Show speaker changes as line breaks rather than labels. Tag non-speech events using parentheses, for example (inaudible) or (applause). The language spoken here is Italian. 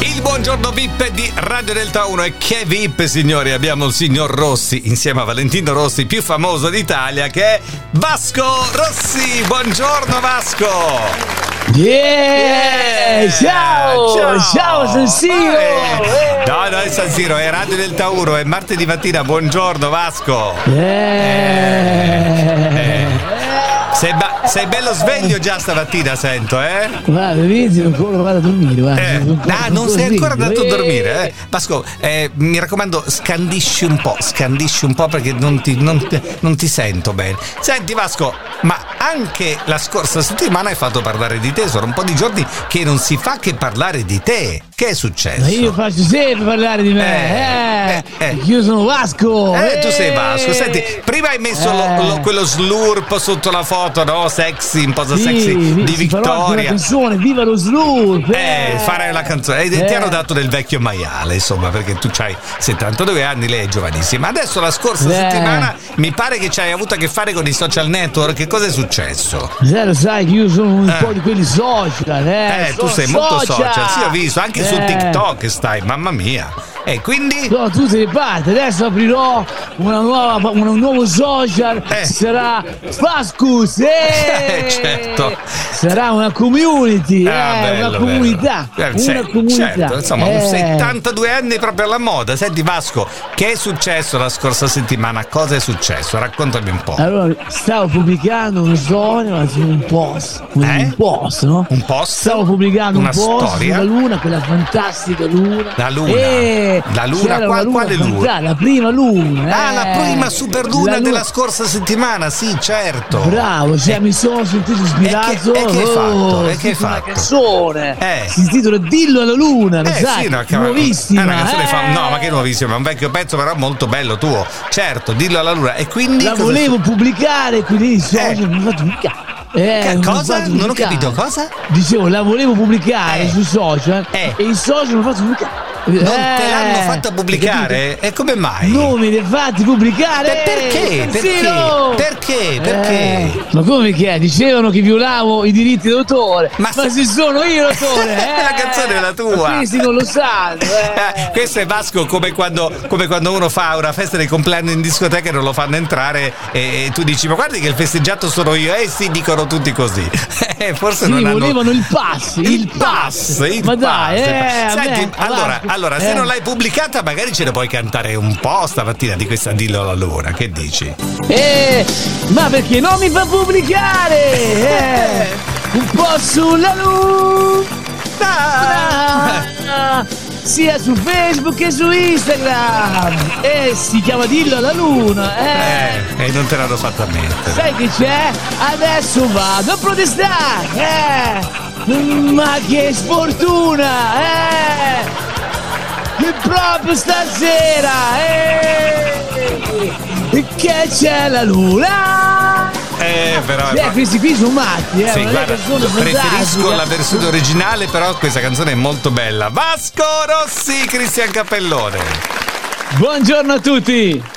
Il buongiorno VIP di Radio Delta 1 e che VIP signori abbiamo il signor Rossi insieme a Valentino Rossi più famoso d'Italia che è Vasco Rossi. Buongiorno Vasco. Yeah!
Yeah! Eh, Ciao! Ciao, San Siro!
Eh, No, no, è San Siro, è Radio Delta 1, è martedì mattina, buongiorno Vasco.
É! Eh.
É! Sei, ba- sei bello sveglio già stamattina, sento, eh?
Guarda, vedi, ancora vado a dormire, guarda.
Eh,
Sono ancora-
ah, non
sono
sei ancora
sveglio,
andato a
eh.
dormire, eh? Vasco, eh, mi raccomando, scandisci un po', scandisci un po' perché non ti, non ti- non ti sento bene. Senti, Vasco, ma anche la scorsa settimana hai fatto parlare di te, sono un po' di giorni che non si fa che parlare di te. Che è successo?
Ma io faccio sempre parlare di me,
Eh,
eh,
eh, eh.
perché Io sono Vasco. É.
Eh, tu sei Vasco. Senti, prima hai messo lo-
Eh.
lo- quello slurp sotto la foto, no? Sexy, un po'
Sì,
sexy
vi-
di
si parla anche Una
Vittoria.
canzone, né? viva é. lo slurp!
Eh, fare la canzone. Eh, Ti
Eh.
hanno dato del vecchio maiale, insomma, perché tu hai 72 anni, lei è giovanissima. Adesso la scorsa
Eh.
settimana mi pare che ci hai avuto a che fare con i social network. Che cosa è successo?
Sai, lo sai che io sono un
Eh.
po' di quelli social, eh?
Eh, tu
sono
sei molto social, sì, ho visto, anche su
Eh.
TikTok stai, mamma mia. E quindi
No, tu sei parte, adesso aprirò una nuova, un nuovo social,
Eh.
sarà Fascus, eh!
Eh, (laughs) certo.
sarà una community,
Ah,
eh,
bello, bello.
una comunità,
Eh,
una
se-
comunità.
certo, insomma,
Eh.
un 72 anni proprio alla moda. Senti Vasco, che è successo la scorsa settimana? Cosa è successo? Raccontami un po'.
Allora, stavo pubblicando una storia su un post, un,
Eh?
un post, no?
Un post?
Stavo pubblicando
Una
un post
storia?
sulla luna, quella fantastica luna.
La luna.
Eh,
La luna,
c'era
qual-
una luna
quale luna?
fanta- La prima luna.
Ah, la
eh.
prima superluna
La luna-
della scorsa settimana, sì, certo.
Bravo, cioè mi sono sentito ispirato.
e che hai fatto?
oh,
E che hai
sentito Una
fatto?
canzone.
Eh.
Si intitola Dillo alla luna, lo
Eh
sai?
sì, no, che-
esatto, nuovissima.
è una canzone fa-
eh.
no, ma che nuovissima, è un vecchio pezzo però molto bello tuo. Certo, dillo alla luna. E quindi
Eh, La
cosa-
volevo pubblicare, quindi
Eh.
social mi ho fatto un ca- eh,
Che
mi ho
cosa?
fatto
Non ho
pubblicare.
capito cosa?
Dicevo, la volevo pubblicare
Eh.
sui social
Eh.
e i social mi hanno fatto pubblicare.
Non te l'hanno fatta pubblicare? E come mai?
Eh, Non me li hai fatti pubblicare?
Beh, perché?
Persino!
Perché? Perché? Perché?
Eh, ma come che è? Dicevano che violavo i diritti d'autore.
Ma
Ma,
se-
se sono io l'autore, eh,
(laughs) La canzone è la tua.
Ma Questi non
(laughs)
lo sanno. eh.
Eh, questo è Vasco come quando, come quando uno fa una festa di compleanno in discoteca e non lo fanno entrare e, e tu dici ma guardi che il festeggiato sono io e sì dicono tutti così (laughs) Eh, forse
Sì,
non hanno
volevano il pass, il pass.
il
Ma
pass.
dai, eh,
Senti,
vabbè,
allora,
avanti.
allora, se
Eh.
non l'hai pubblicata magari ce ne puoi cantare un po' stamattina di questa Dillo alla Luna che dici?
Eh, ma perché non mi fa pubblicare? Eh, un po' sulla luna,
Ah.
sia su Facebook che su Instagram. Eh, si chiama Dillo alla luna. Eh.
Eh, e non te l'hanno fatta mettere
Sai che c'è? Adesso vado a protestare. Eh. Ma che sfortuna, eh. Che proprio stasera, eh. Che c'è la luna.
eh però
Beh, questi qui sono matti, eh.
Sì,
ma
guarda,
la canzone è
preferisco
fantastica.
la versione originale, però questa canzone è molto bella. Vasco Rossi, Cristian Cappellone.
eh. Buongiorno a tutti.